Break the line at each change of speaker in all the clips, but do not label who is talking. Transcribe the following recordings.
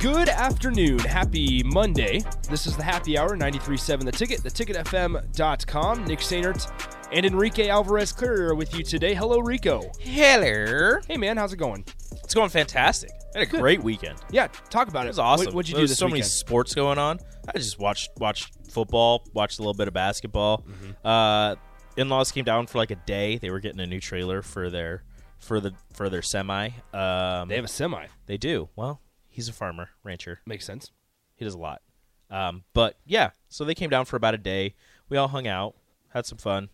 Good afternoon. Happy Monday. This is the happy hour 937 The Ticket, theticketfm.com. Nick Sainert and Enrique Alvarez Clearer are with you today. Hello, Rico.
Hello.
Hey, man, how's it going?
It's going fantastic. I had a great weekend.
Yeah, talk about it.
It was awesome.
What, would you
There
do
was
this
so many
weekend?
sports going on. I just watched watched football, watched a little bit of basketball.
Mm-hmm.
Uh, in laws came down for like a day. They were getting a new trailer for their for the for their semi. Um,
They have a semi.
they do. Well, he's a farmer, rancher.
Makes sense.
He does a lot. Um, but yeah, so they came down for about a day. We all hung out, had some fun.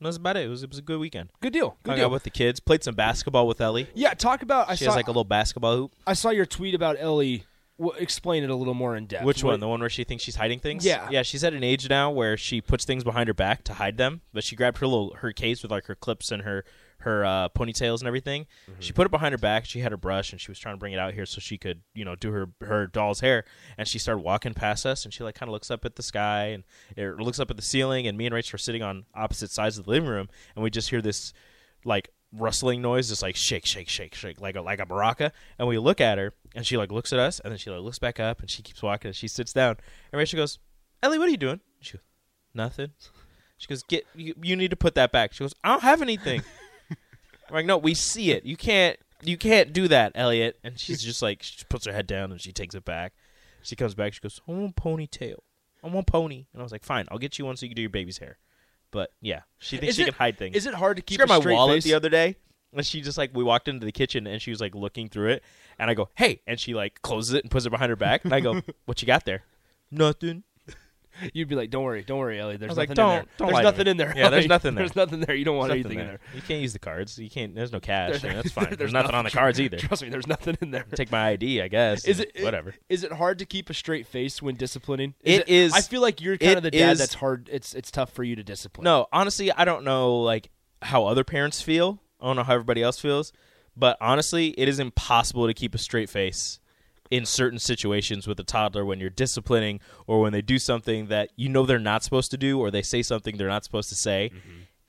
And That's about it. It was, it was a good weekend.
Good deal. Good
hung
deal.
out with the kids, played some basketball with Ellie.
yeah, talk about. I
She
saw,
has like a little basketball hoop.
I saw your tweet about Ellie. W- explain it a little more in depth.
Which
What-
one? The one where she thinks she's hiding things?
Yeah.
Yeah, she's at an age now where she puts things behind her back to hide them, but she grabbed her little her case with like her clips and her her uh, ponytails and everything. She put it behind her back. She had her brush and she was trying to bring it out here so she could, you know, do her her doll's hair. And she started walking past us and she like kind of looks up at the sky and or looks up at the ceiling. And me and Rachel are sitting on opposite sides of the living room and we just hear this like rustling noise, just like shake, shake, shake, shake, like a like a maraca. And we look at her, and she like looks at us, and then she like looks back up, and she keeps walking, and she sits down. And Rachel goes, "Ellie, what are you doing?" She goes, "Nothing." She goes, "Get you, you need to put that back." She goes, "I don't have anything." I'm like, "No, we see it. You can't you can't do that, Elliot." And she's just like she puts her head down and she takes it back. She comes back. She goes, "I want a ponytail. I want a pony." And I was like, "Fine, I'll get you one so you can do your baby's hair." But yeah, she thinks
Is
she
it-
can hide things.
Is it hard to keep
She got
a
my
straight
wallet
face?
the other day, and she just like we walked into the kitchen, and she was like looking through it, and I go, "Hey!" and she like closes it and puts it behind her back, and I go, "What you got there?" Nothing.
You'd be like, "Don't worry, don't worry, Ellie. There's
was like,
nothing in
"Don't-
there.
don't
there's
lie to
nothing
me."
in there.
Yeah, there's
Ellie.
nothing there.
There's nothing there. You don't want
There's
anything
nothing
in there.
You can't use the cards. You can't. There's no cash. and that's fine.
There's
there's, nothing on the cards either.
Trust me, there's nothing in there.
Take my ID, I guess.
Is
and
it
whatever?
Is it hard to keep a straight face when disciplining?
It is-
I feel like you're kind of
it
the dad
is-
that's hard. It's it's tough for you to discipline.
No, honestly, I don't know like how other parents feel. I don't know how everybody else feels, but honestly, it is impossible to keep a straight face in certain situations with a toddler when you're disciplining or when they do something that you know they're not supposed to do or they say something they're not supposed to say.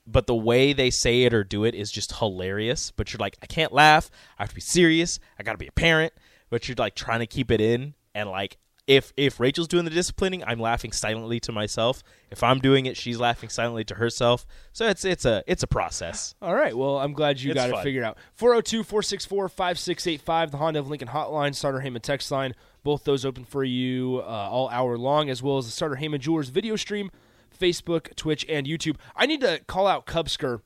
But the way they say it or do it is just hilarious. But you're like, I can't laugh. I have to be serious. I got to be a parent. But you're like trying to keep it in and like if if Rachel's doing the disciplining, I'm laughing silently to myself. If I'm doing it, she's laughing silently to herself. So it's it's a it's a process.
All right. Well, I'm glad you
It's
got it
fun.
figured out. 402 464 5685, the Honda of Lincoln hotline, Starter Heyman text line. Both those open for you uh, all hour long, as well as the Starter Heyman Jewelers video stream, Facebook, Twitch, and YouTube. I need to call out Cubsker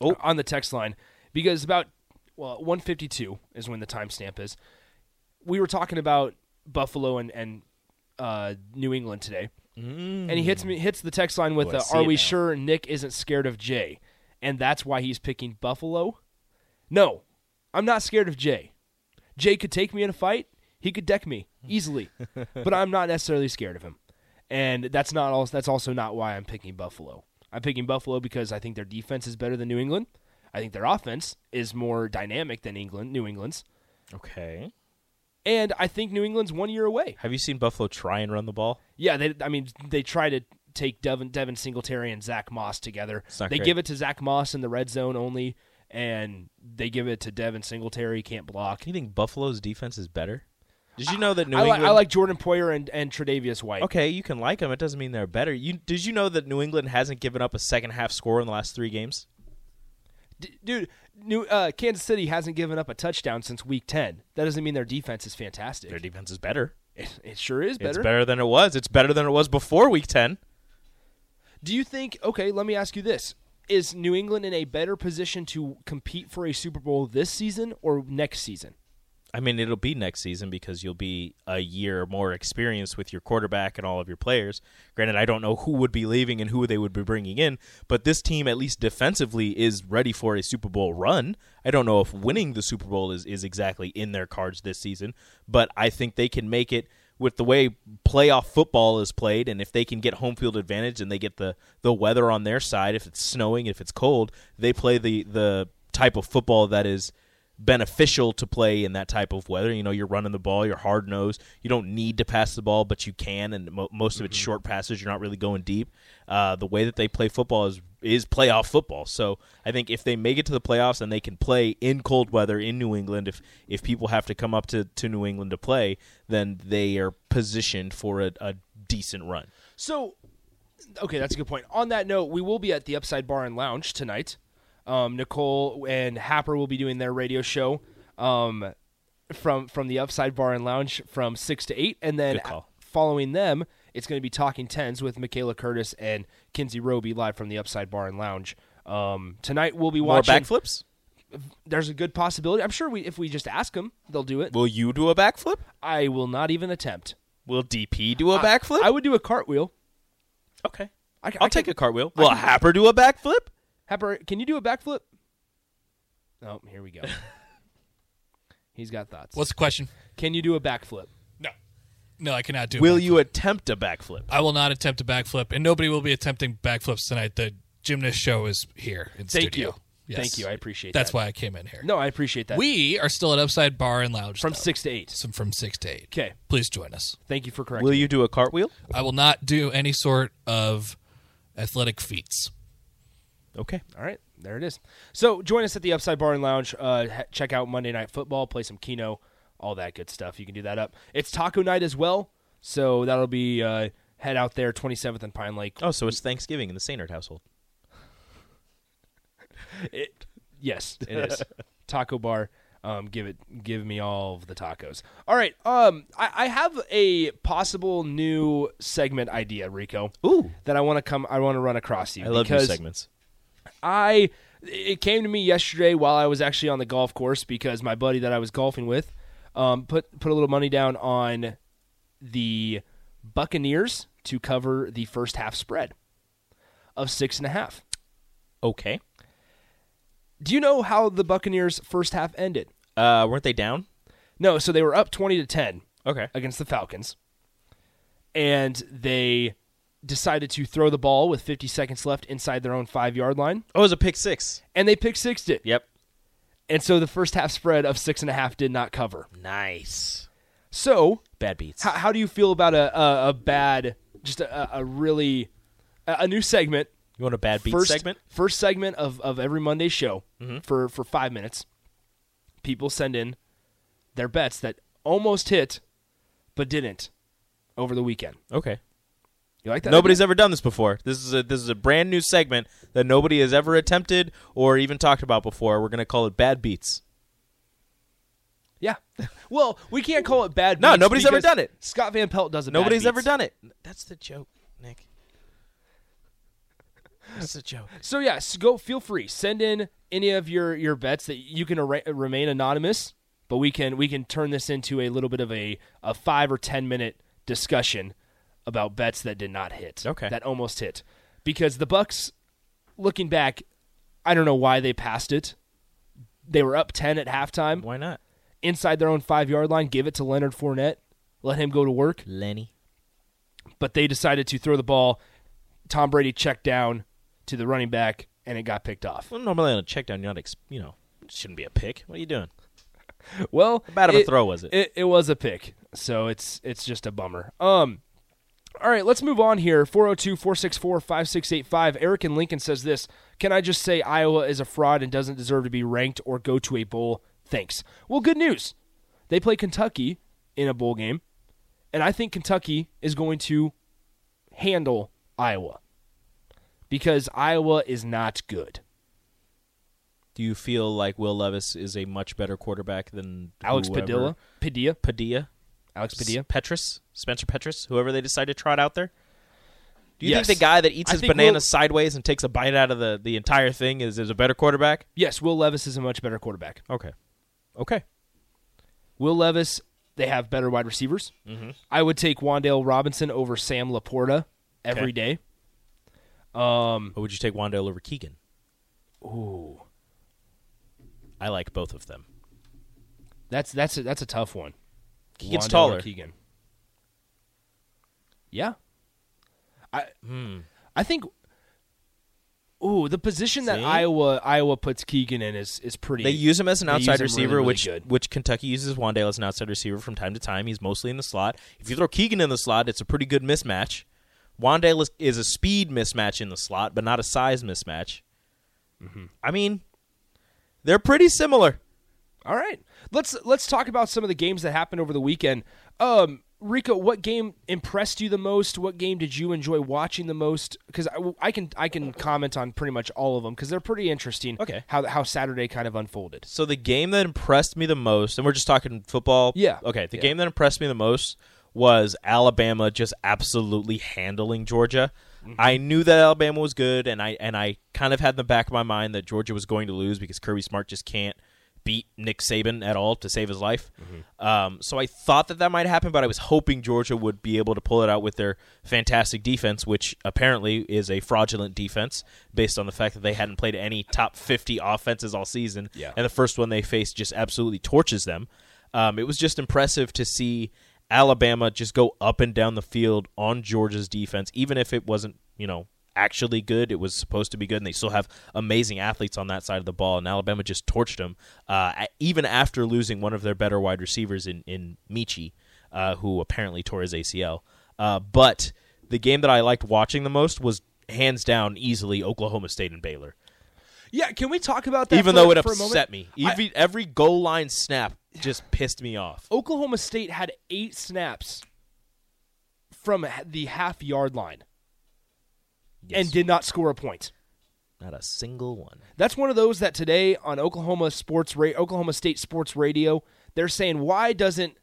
oh. on the text line because about well 152 is when the timestamp is. We were talking about Buffalo and, and uh, New England today. And he hits me hits the text line with,
Boy, Hmm. Oh, I
uh,
see
"Are
it
we
now.
sure Nick isn't scared of Jay?" And that's why he's picking Buffalo. No, I'm not scared of Jay. Jay could take me in a fight. He could deck me easily, but I'm not necessarily scared of him. And that's not all. That's also not why I'm picking Buffalo. I'm picking Buffalo because I think their defense is better than New England. I think their offense is more dynamic than England, New England's,
Okay.
and I think New England's one year away.
Have you seen Buffalo try and run the ball?
Yeah, they, I mean, they try to take Devin, Devin Singletary and Zach Moss together.
not
They
great.
give it to Zach Moss in the red zone only, and they give it to Devin Singletary. Can't block.
Do you think Buffalo's defense is better? Did you know that New
I, like
England?
I like Jordan Poyer and, and Tre'Davious White.
okay, you can like them. It doesn't mean they're better. You did you know that New England hasn't given up a second half score in the last three games?
D- dude, New uh, Kansas City hasn't given up a touchdown since Week Ten. That doesn't mean their defense is fantastic.
Their defense is better.
it, it sure is better.
It's better than it was. It's better than it was before Week Ten.
Do you think? Okay, let me ask you this: Is New England in a better position to compete for a Super Bowl this season or next season?
I mean, it'll be next season because you'll be a year more experienced with your quarterback and all of your players. Granted, I don't know who would be leaving and who they would be bringing in, but this team, at least defensively, is ready for a Super Bowl run. I don't know if winning the Super Bowl is, is exactly in their cards this season, but I think they can make it with the way playoff football is played and if they can get home field advantage and they get the, the weather on their side, if it's snowing, if it's cold, they play the, the type of football that is beneficial to play in that type of weather. You know, you're running the ball, you're hard nosed, you don't need to pass the ball, but you can, and mo- most of it's short passes. You're not really going deep. Uh, the way that they play football is is playoff football. So I think if they make it to the playoffs and they can play in cold weather in New England, if if people have to come up to, to New England to play, then they are positioned for a, a decent run.
So, okay, that's a good point. On that note, we will be at the Upside Bar and Lounge tonight. Um, Nicole and Happer will be doing their radio show um, from from the Upside Bar and Lounge from six to eight, and then
Good call.
following them, it's going to be Talking Tens with Michaela Curtis and Kinsey Roby live from the Upside Bar and Lounge. Um, tonight we'll be
More
watching.
backflips?
There's a good possibility. I'm sure we, if we just ask them, they'll do it.
Will you do a backflip?
I will not even attempt.
Will DP do a backflip?
I would do a cartwheel.
okay.
I,
I'll take a cartwheel. Will Happer do a backflip?
Hepper, can you do a backflip? Oh, here we go. He's got thoughts.
What's the question?
can you do a backflip?
No, no, I cannot do.
Will
it.
you attempt a backflip?
I will not attempt a backflip, and nobody will be attempting backflips tonight. The gymnast show is here in
Thank
studio.
you. Thank you. I appreciate
That's
that.
why I came in here.
No, I appreciate that.
we are still at Upside Bar and Lounge
from
though.
six to eight.
Some from six to eight.
Okay.
please join us.
Thank you for correcting.
Will
me.
you do a cartwheel?
I will not do any sort of athletic feats.
Okay.
All right, there it is. So join us at the Upside Bar and Lounge. Uh, ha- check out Monday Night Football. Play some Keno, all that good stuff. You can do that up. It's Taco Night as well, so that'll be uh, head out there, 27th and Pine Lake.
Oh, so it's Thanksgiving in the Sainert household.
It, yes, it is taco bar. Um, give it, give me all of the tacos. All right. Um, I, I have a possible new segment idea, Rico.
Ooh.
that I want to come. I want to run across you.
I love
because
new segments.
I it came to me yesterday while I was actually on the golf course because my buddy that I was golfing with um, put put a little money down on the Buccaneers to cover the first half spread of six and a half.
Okay.
Do you know how the Buccaneers first half ended?
Uh, weren't they down?
No, so they were up 20 to 10
Okay.
against the Falcons. And they decided to throw the ball with 50 seconds left inside their own 5-yard line
Oh, it was a pick six.
and they pick sixed it.
Yep.
And so the first half spread of six and a half did not cover.
Nice.
So
Bad beats.
how, how do you feel about a, a, a bad, just a, a really, a, a new segment?
you want a bad beat
first
segment? Mm-hmm.
First segment of, of every Monday show for, for five minutes. People send in their bets that almost hit, but didn't over the weekend.
Okay.
You like that?
Nobody's
idea?
ever done this before. This is a this is a brand new segment that nobody has ever attempted or even talked about before. We're gonna call it bad beats.
yeah. well, we can't call it bad.
No,
beats
nobody's ever
because
done it.
Scott Van Pelt does it.
Nobody's ever done it. That's the joke, Nick. That's the joke.
So yeah, s go feel free. Send in any of your your bets that you can arra- remain anonymous, but we can we can turn this into a little bit of a a 5 or 10 minute discussion about bets that did not hit.
Okay.
That almost hit. Because the Bucks looking back, I don't know why they passed it. They were up 10 at halftime
Why not?
inside their own 5-yard line, give it to Leonard Fournette, let him go to work,
Lenny.
but they decided to throw the ball. Tom Brady checked down to the running back and it got picked off.
Well, normally on a check down, you're not, ex- you know, it shouldn't be a pick. What are you doing?
Well,
How bad of a throw was it?
It was a pick, so it's it's just a bummer. Um, all right, let's move on here. 402-464-5685. Eric in Lincoln says this: Can I just say Iowa is a fraud and doesn't deserve to be ranked or go to a bowl? Thanks. Well, good news. They play Kentucky in a bowl game, and I think Kentucky is going to handle Iowa because Iowa is not good.
Do you feel like Will Levis is a much better quarterback than
Alex
whoever-
Padilla, Padilla,
Padilla,
Alex Padilla.
S- Petrus, Spencer Petrus, whoever they decide to trot out there? Do you
Yes.
think the guy that eats
I
his
think
banana
Will-
sideways and takes a bite out of the, the entire thing is, is a better quarterback?
Yes, Will Levis is a much better quarterback.
Okay, okay.
Will Levis, they have better wide receivers.
Mm-hmm.
I would take Wandale Robinson over Sam Laporta every day. Um,
Or would you take Wandale over Keegan? Ooh. I like both of them.
That's that's a, that's a tough one.
Keegan's
Wandale or
taller.
Keegan. Yeah. I
Hmm.
I think. Ooh, the position that
See?
Iowa Iowa puts Keegan in is is pretty.
They use him as an
They use him
outside
really,
receiver,
really
which
good.
which Kentucky uses Wandale as an outside receiver from time to time. He's mostly in the slot. If you throw Keegan in the slot, it's a pretty good mismatch. Wandale is, is a speed mismatch in the slot, but not a size mismatch.
Mm-hmm.
I mean, they're pretty similar.
All right. Let's let's talk about some of the games that happened over the weekend. Um, Rico, what game impressed you the most? What game did you enjoy watching the most? Because I, I can I can comment on pretty much all of them because they're pretty interesting.
Okay.
How how Saturday kind of unfolded.
So the game that impressed me the most, and we're just talking football.
Yeah.
Okay. The
Yeah.
game that impressed me the most was Alabama just absolutely handling Georgia. I knew that Alabama was good, and I and I kind of had in the back of my mind that Georgia was going to lose because Kirby Smart just can't beat Nick Saban at all to save his life. Um, so I thought that that might happen, but I was hoping Georgia would be able to pull it out with their fantastic defense, which apparently is a fraudulent defense based on the fact that they hadn't played any top 50 offenses all season.
Yeah.
And the first one they faced just absolutely torches them. Um, it was just impressive to see Alabama just go up and down the field on Georgia's defense, even if it wasn't, you know, actually good. It was supposed to be good, and they still have amazing athletes on that side of the ball. And Alabama just torched them, uh, a- even after losing one of their better wide receivers in in Michi, uh, who apparently tore his ACL. Uh, but the game that I liked watching the most was hands down easily Oklahoma State and Baylor
Yeah. Can we talk about that?
even
for-
though it
for a moment?
upset me.
I-
Every, every goal line snap just pissed me off.
Oklahoma State had eight snaps from h- the half yard line
Yes.
and did not score a point.
not a single one.
That's one of those that today on Oklahoma sports ra- Oklahoma State sports radio, they're saying why doesn't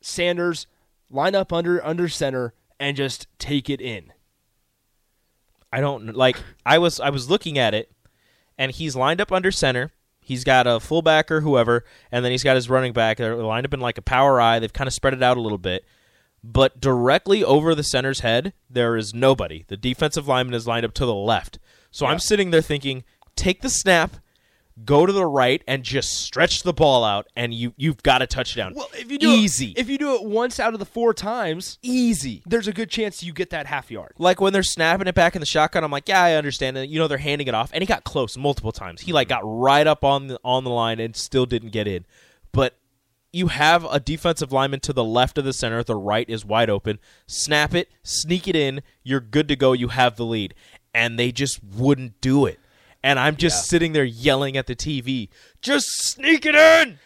Sanders line up under under center and just take it in?
I don't like. I was I was looking at it, and he's lined up under center. He's got a fullback or whoever, and then he's got his running back. They're lined up in like a power eye. They've kind of spread it out a little bit, but directly over the center's head, there is nobody. The defensive lineman is lined up to the left. So I'm sitting there thinking, take the snap, go to the right, and just stretch the ball out, and you you've got a touchdown. easy,
it, if you do it once out of the four times,
easy.
there's a good chance you get that half yard.
Like when they're snapping it back in the shotgun, I'm like, yeah, I understand it. You know, they're handing it off, and he got close multiple times. He like got right up on the on the line and still didn't get in. But you have a defensive lineman to the left of the center, the right is wide open. Snap it, sneak it in, you're good to go. You have the lead, and they just wouldn't do it. And I'm just sitting there yelling at the TV, just sneak it in,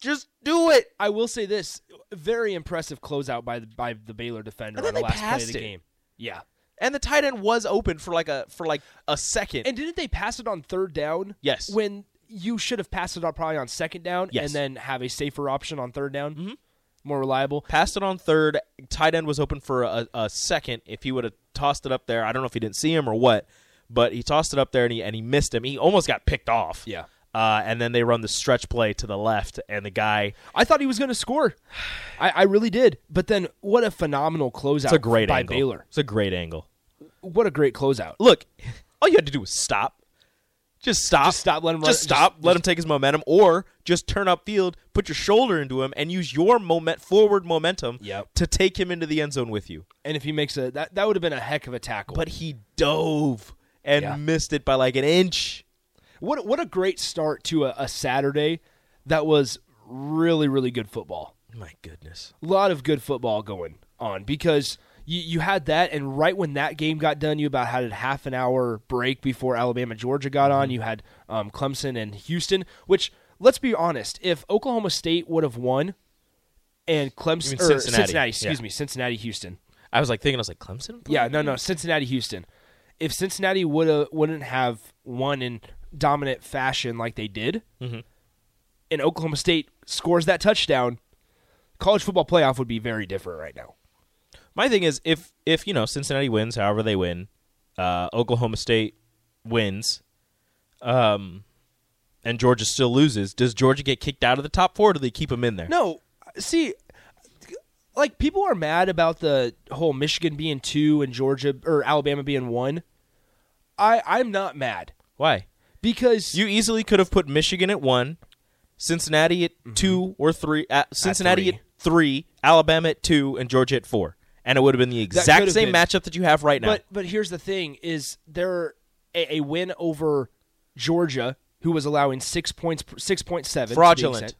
just do it.
I will say this, very impressive closeout by the by the Baylor defender
And then
on the
they
last play
passed
of the
it.
game. Yeah.
And the tight end was open for like a for like a second.
And didn't they pass it on third down?
Yes.
When you should have passed it on probably on second down
Yes.
and then have a safer option on third down. Mm-hmm. More reliable.
passed it on third. Tight end was open for a, a second. If he would have tossed it up there, I don't know if he didn't see him or what, but he tossed it up there and he, and he missed him. He almost got picked off.
Yeah.
Uh, and then they run the stretch play to the left, and the guy
I thought he was going to score. I, I really did. But then, what a phenomenal closeout!
it's a great
by
angle.
Baylor.
It's a great angle.
What a great closeout!
Look, all you had to do was stop. Just stop.
Just stop, let him run-
Just stop. let him take his momentum, or just turn upfield, put your shoulder into him, and use your moment forward momentum
Yep.
to take him into the end zone with you.
And if he makes a that, that would have been a heck of a tackle.
But he dove and
Yeah.
missed it by like an inch.
what what a great start to a, a Saturday that was really really good football.
My goodness.
A lot of good football going on because you you had that, and right when that game got done, you about had a half an hour break before Alabama Georgia got on.
Mm-hmm.
You had um, Clemson and Houston, which let's be honest, if Oklahoma State would have won. And Clemson,
mean
or
Cincinnati.
excuse
Yeah.
me, Cincinnati, Houston.
I was like thinking, I was like, Clemson?
Yeah, no, no, Cincinnati, Houston. If Cincinnati would wouldn't have won in dominant fashion like they did, and Oklahoma State scores that touchdown, college football playoff would be very different right now.
My thing is, if, if you know, Cincinnati wins, however they win, uh, Oklahoma State wins, um, and Georgia still loses, does Georgia get kicked out of the top four or do they keep them in there?
No, see like people are mad about the whole Michigan being 2 and Georgia or Alabama being 1. I I'm not mad
Why?
because
You easily could have put Michigan at one, Cincinnati at two or three, uh, Cincinnati Mm-hmm. at
three.
three. Alabama at two, and Georgia at four, and it would have been the
could
exact
have
same
been.
matchup that you have right now.
But but here's the thing: is there a, a win over Georgia, who was allowing six points, six point seven,
Fraudulent.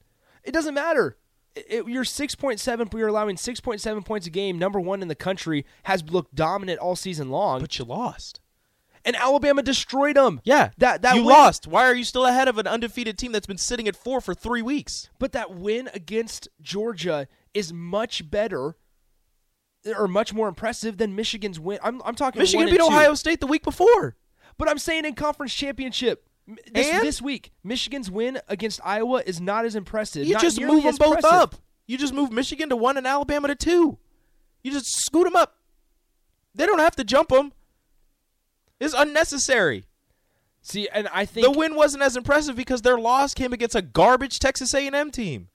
It doesn't matter. It- it- you're six point seven. You're allowing six point seven points a game. Number one in the country has looked dominant all season long.
but you lost.
and Alabama destroyed them.
Yeah,
that that
you
win-
lost. Why are you still ahead of an undefeated team that's been sitting at four for three weeks?
But that win against Georgia is much better. Or much more impressive than Michigan's win. I'm, I'm talking
Michigan
one and
beat
two.
Ohio State the week before.
But I'm saying in conference championship m- this,
And?
this week, Michigan's win against Iowa is not as impressive.
You
not
just
nearly
move them
as
both
impressive.
up. You just move Michigan to one and Alabama to two. You just scoot them up. They don't have to jump them. It's unnecessary.
See, and I think
The win wasn't as impressive because their loss came against a garbage Texas A&M team.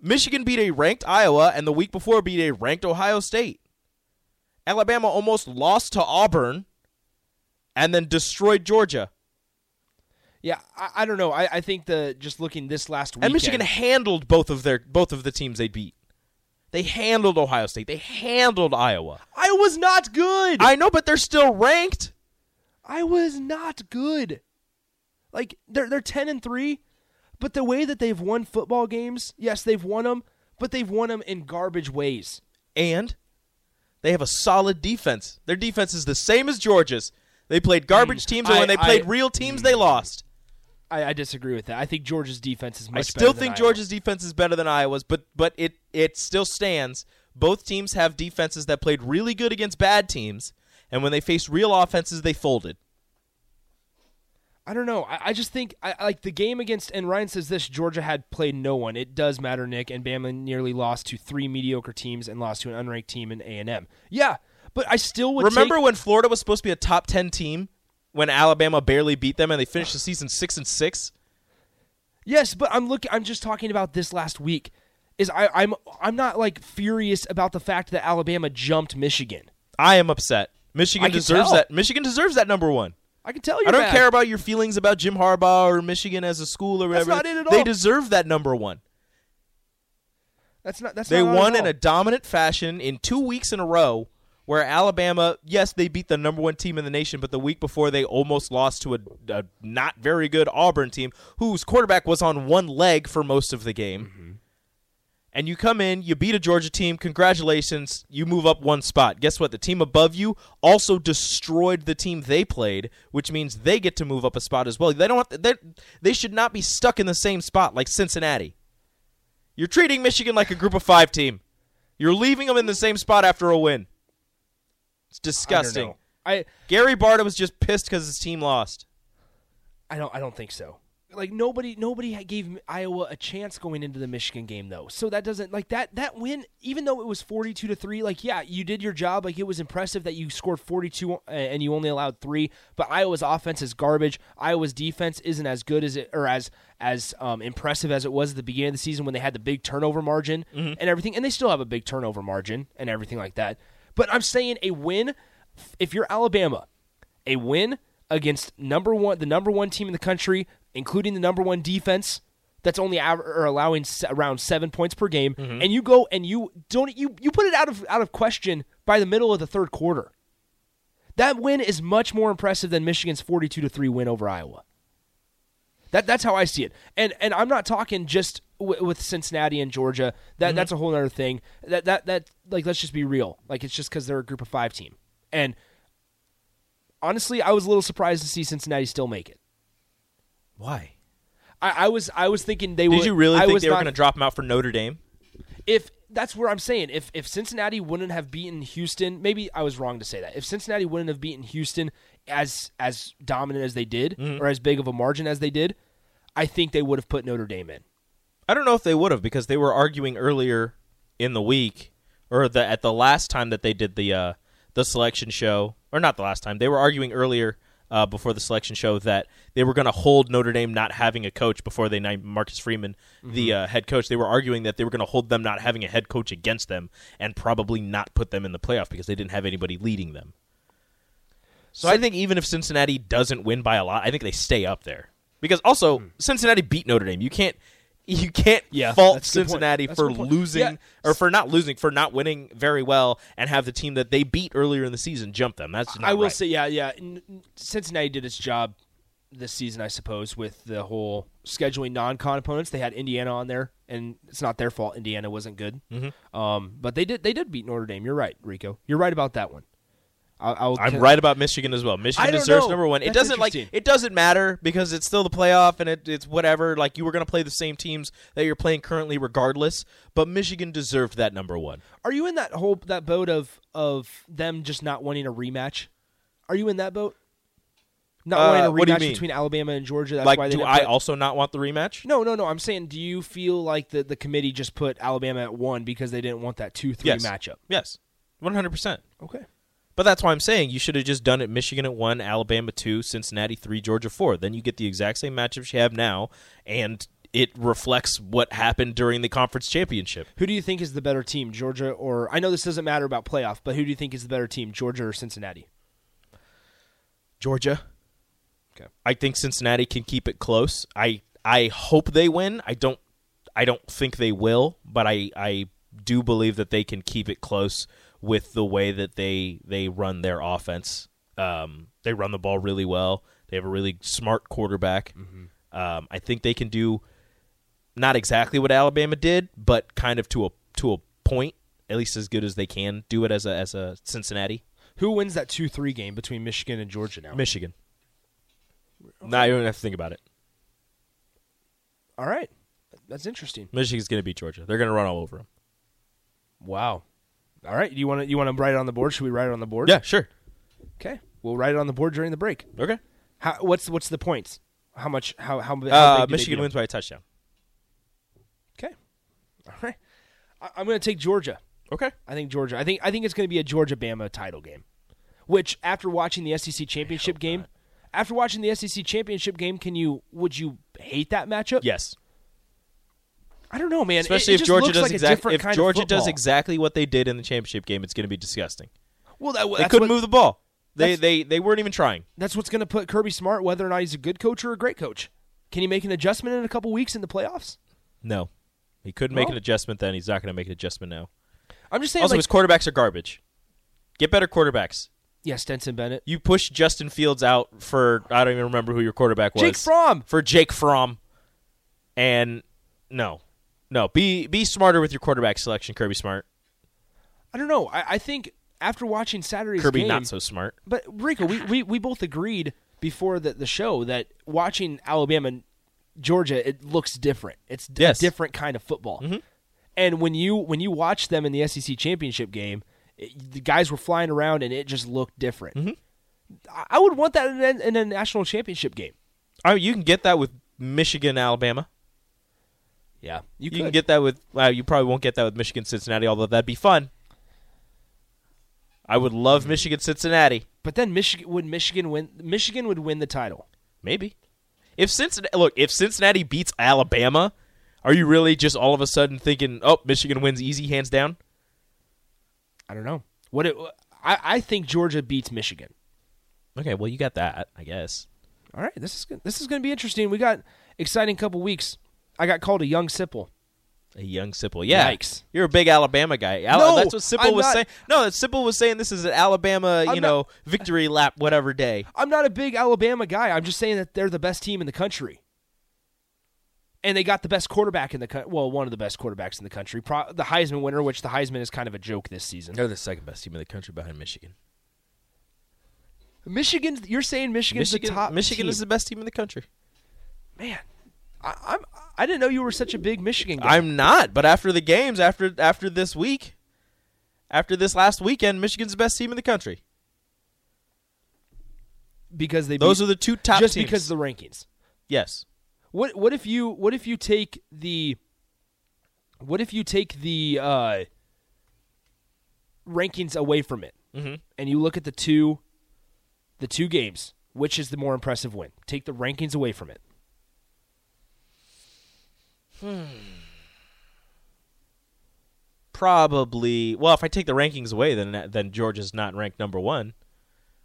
Michigan beat a ranked Iowa, and the week before beat a ranked Ohio State. Alabama almost lost to Auburn, and then destroyed Georgia.
yeah, I, I don't know. I, I think the just looking this last week
And Michigan handled both of their both of the teams they beat. They handled Ohio State. They handled Iowa.
I was not good.
I know, but they're still ranked.
I was not good. Like they're they're ten and three, but the way that they've won football games, yes, they've won them, but they've won them in garbage ways.
and they have a solid defense. Their defense is the same as Georgia's. They played garbage teams, and
Mm. I-
when they played
I- Mm.
real teams, they lost.
I, I disagree with that. I think Georgia's defense is much.
I still
better than
think
Iowa.
Georgia's defense is better than Iowa's, but but it it still stands. Both teams have defenses that played really good against bad teams, and when they faced real offenses, they folded.
I don't know. I, I just think I I like the game against and Ryan says this Georgia had played no one. It does matter, Nick, and Bama nearly lost to three mediocre teams and lost to an unranked team in A and M. Yeah. But I still would
Remember
take-
when Florida was supposed to be a top ten team when Alabama barely beat them, and they finished the season six and six?
Yes, but I'm looking I'm just talking about this last week. Is I, I'm I'm not like furious about the fact that Alabama jumped Michigan.
I am upset.
I
Michigan
can
deserves
tell.
that. Michigan deserves that number one.
I can tell you
I don't care about your feelings about Jim Harbaugh or Michigan as a school or
That's
whatever.
not it at
They
all.
deserve that number one.
That's not that's
They
not on at
won in
all.
a dominant fashion in two weeks in a row. Where Alabama, yes, they beat the number one team in the nation, but the week before they almost lost to a, a not very good Auburn team whose quarterback was on one leg for most of the game.
Mm-hmm.
And you come in, you beat a Georgia team, congratulations, you move up one spot. Guess what? The team above you also destroyed the team they played, which means they get to move up a spot as well. They don't have to, they they should not be stuck in the same spot like Cincinnati. You're treating Michigan like a group of 5 team. You're leaving them in the same spot after a win. It's
I don't
disgusting.
know. I
Gary Barta was just pissed cuz his team lost.
I don't. I don't think so. Like nobody, nobody had- gave Iowa a chance going into the Michigan game though. So that doesn't like that that win, even though it was forty-two to three. Like yeah, you did your job. Like it was impressive that you scored forty-two a- and you only allowed three. But Iowa's offense is garbage. Iowa's defense isn't as good as it or as as um, impressive as it was at the beginning of the season when they had the big turnover margin and everything. And they still have a big turnover margin and everything like that. But I'm saying a win, if you're Alabama, a win against number one, the number one team in the country, including the number one defense that's only aver- or allowing s- around seven points per game, and you go and you don't you you put it out of out of question by the middle of the third quarter. That win is much more impressive than Michigan's forty-two to three win over Iowa. That that's how I see it, and and I'm not talking just w- with Cincinnati and Georgia. That that's a whole other thing. That that that like let's just be real. Like it's just because they're a Group of Five team, and honestly, I was a little surprised to see Cincinnati still make it.
Why?
I, I was I was thinking they would.
Did you really
I
think
was
they were
not-
going to drop him out for Notre Dame?
If that's where I'm saying, if if Cincinnati wouldn't have beaten Houston, maybe I was wrong to say that. If Cincinnati wouldn't have beaten Houston as as dominant as they did,
Mm-hmm.
or as big of a margin as they did, I think they would have put Notre Dame in.
I don't know if they would have because they were arguing earlier in the week or the at the last time that they did the uh, the selection show or not the last time they were arguing earlier uh, before the selection show that they were going to hold Notre Dame not having a coach before they named Marcus Freeman the uh, head coach. They were arguing that they were going to hold them not having a head coach against them and probably not put them in the playoff because they didn't have anybody leading them. So, I think even if Cincinnati doesn't win by a lot, I think they stay up there because also Cincinnati beat Notre Dame. You can't you can't
Hmm. Yeah,
fault
that's a good point.
Cincinnati
That's a
for
good point.
losing
Yeah.
or for not losing for not winning very well and have the team that they beat earlier in the season jump them. That's not
I will
right.
say, yeah, yeah. N- n- Cincinnati did its job this season, I suppose, with the whole scheduling non-con opponents. They had Indiana on there, and it's not their fault. Indiana wasn't good,
Mm-hmm.
um, but they did they did beat Notre Dame. You're right, Rico. You're right about that one. I, I will
I'm
con-
right about Michigan as well. Michigan
I don't
deserves
know.
number one. It
That's
doesn't like
interesting.
it doesn't matter because it's still the playoff and it, it's whatever. Like you were going to play the same teams that you're playing currently, regardless. But Michigan deserved that number one.
Are you in that whole that boat of of them just not wanting a rematch? Are you in that boat? Not
Uh,
wanting a rematch
what do you mean?
between Alabama and Georgia. That's why
like,
they
do
didn't
I
put-
also not want the rematch?
No, no, no. I'm saying, do you feel like the, the committee just put Alabama at one because they didn't want that two three
Yes.
matchup?
Yes, one hundred percent.
Okay.
But that's why I'm saying you should have just done it Michigan at one, Alabama two, Cincinnati three, Georgia four. Then you get the exact same matchups you have now, and it reflects what happened during the conference championship.
Who do you think is the better team, Georgia or I know this doesn't matter about playoff, but who do you think is the better team, Georgia or Cincinnati?
Georgia.
Okay.
I think Cincinnati can keep it close. I I hope they win. I don't I don't think they will, but I I do believe that they can keep it close with the way that they they run their offense. Um, they run the ball really well. They have a really smart quarterback. Um, I think they can do not exactly what Alabama did, but kind of to a to a point, at least as good as they can do it as a as a Cincinnati.
Who wins that two three game between Michigan and Georgia now?
Michigan. Now you don't have to think about it.
All right. That's interesting.
Michigan's going to beat Georgia. They're going to run all over them.
Wow. All right. You want to you want to write it on the board? Should we write it on the board?
sure.
Okay. We'll write it on the board during the break.
Okay.
How, what's what's the points? How much? How how, how
Uh,
big do they beat
Michigan
'em?
wins by a touchdown.
Okay. All right. I, I'm going to take Georgia.
Okay.
I think Georgia. I think I think it's going to be a Georgia Bama title game. Which after watching the SEC championship game, after watching the SEC championship game, can you would you hate that matchup?
Yes.
I don't know, man. It-
Especially
it
if
just
Georgia
looks
does
like a
exactly
different
if
kind of
Georgia does
football.
exactly what they did in the championship game, it's going to be disgusting.
well, that,
They
that's
couldn't
what-
move the ball. They
that's-
they they weren't even trying.
That's what's going to put Kirby Smart, whether or not he's a good coach or a great coach. Can he make an adjustment in a couple weeks in the playoffs?
No. He couldn't make
Well-
an adjustment then. He's not going to make an adjustment now.
I'm just saying.
Also,
like,
his quarterbacks are garbage. Get better quarterbacks.
yeah, Stenson Bennett.
You push Justin Fields out for I don't even remember who your quarterback was.
Jake Fromm.
For Jake Fromm. And no. No. Be be smarter with your quarterback selection, Kirby Smart.
I don't know. I, I think after watching Saturday's
Kirby
game,
not so smart.
But Rico, we, we, we both agreed before the, the show that watching Alabama and Georgia, it looks different. It's d-
Yes. Mm-hmm.
a different kind of football. And when you when you watch them in the SEC championship game, it, the guys were flying around and it just looked different.
Mm-hmm.
I, I would want that in, a- in a national championship game.
I mean, you can get that with Michigan, Alabama.
Yeah,
You can get that with well, you probably won't get that with Michigan, Cincinnati, although that'd be fun. I would love Michigan, Cincinnati.
But then Michigan would Michigan win? Michigan would win the title.
Maybe. If Cincinnati look, if Cincinnati beats Alabama, are you really just all of a sudden thinking, "Oh, Michigan wins easy hands down"?
I don't know what it. I, I think Georgia beats Michigan.
Okay, well, you got that, I guess.
All right, this is gon- this is going to be interesting. We got exciting couple weeks. I got called a young sipple.
A young Sipple, yeah.
Yikes.
You're a big Alabama guy. Al-
No,
that's what Sipple
I'm
was
not-
saying. No, that Sipple was saying this is an Alabama,
I'm
you
not-
know, victory lap, whatever day.
I'm not a big Alabama guy. I'm just saying that they're the best team in the country, and they got the best quarterback in the country. Well, one of the best quarterbacks in the country, Pro- the Heisman winner, which the Heisman is kind of a joke this season.
They're the second best team in the country behind Michigan.
Michigan, you're saying Michigan's the
Michigan,
top.
Michigan
team.
is the best team in the country.
man. I, I'm I didn't know you were such a big Michigan guy.
I'm not, but after the games, after after this week, after this last weekend, Michigan's the best team in the country.
because they
Those
beat-
are the two top
just
teams.
because of the rankings.
yes,
What what if you what if you take the what if you take the uh, Mm-hmm. rankings away from it and you look at the two the two games Which is the more impressive win? Take the rankings away from it.
Probably. Well, if I take the rankings away, then then Georgia's not ranked number one.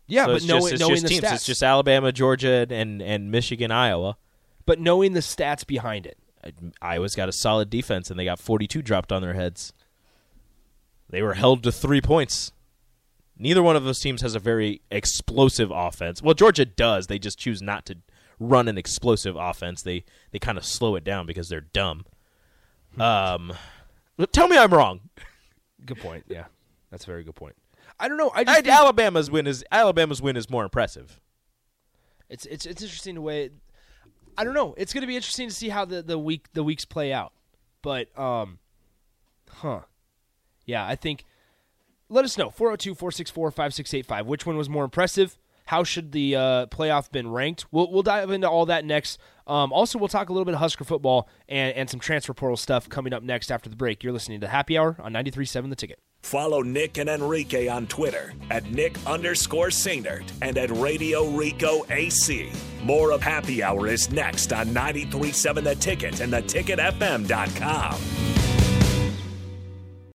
Yeah,
So
but
it's
knowing,
just, it's
knowing
just
the
teams.
stats,
It's just Alabama, Georgia, and and Michigan, Iowa.
but knowing the stats behind it.
Iowa's got a solid defense, and they got 42 dropped on their heads. They were held to three points. Neither one of those teams has a very explosive offense. Well, Georgia does. They just choose not to run an explosive offense. They they kind of slow it down because they're dumb. Um, tell me I'm wrong.
Good point. Yeah, that's a very good point. I don't know. I just
I, Alabama's win is Alabama's win is more impressive.
It's it's it's interesting the way. I don't know. It's going to be interesting to see how the, the week the weeks play out. But um, huh? Yeah, I think. Let us know 402-464-5685. Which one was more impressive? How should the uh, playoff been ranked? We'll we'll dive into all that next. Um, also, we'll talk a little bit of Husker football and and some transfer portal stuff coming up next after the break. You're listening to Happy Hour on 93.7 The Ticket.
Follow Nick and Enrique on Twitter at Nick underscore Sainert and at Radio Rico AC. More of Happy Hour is next on 937 The Ticket and theticketfm.com.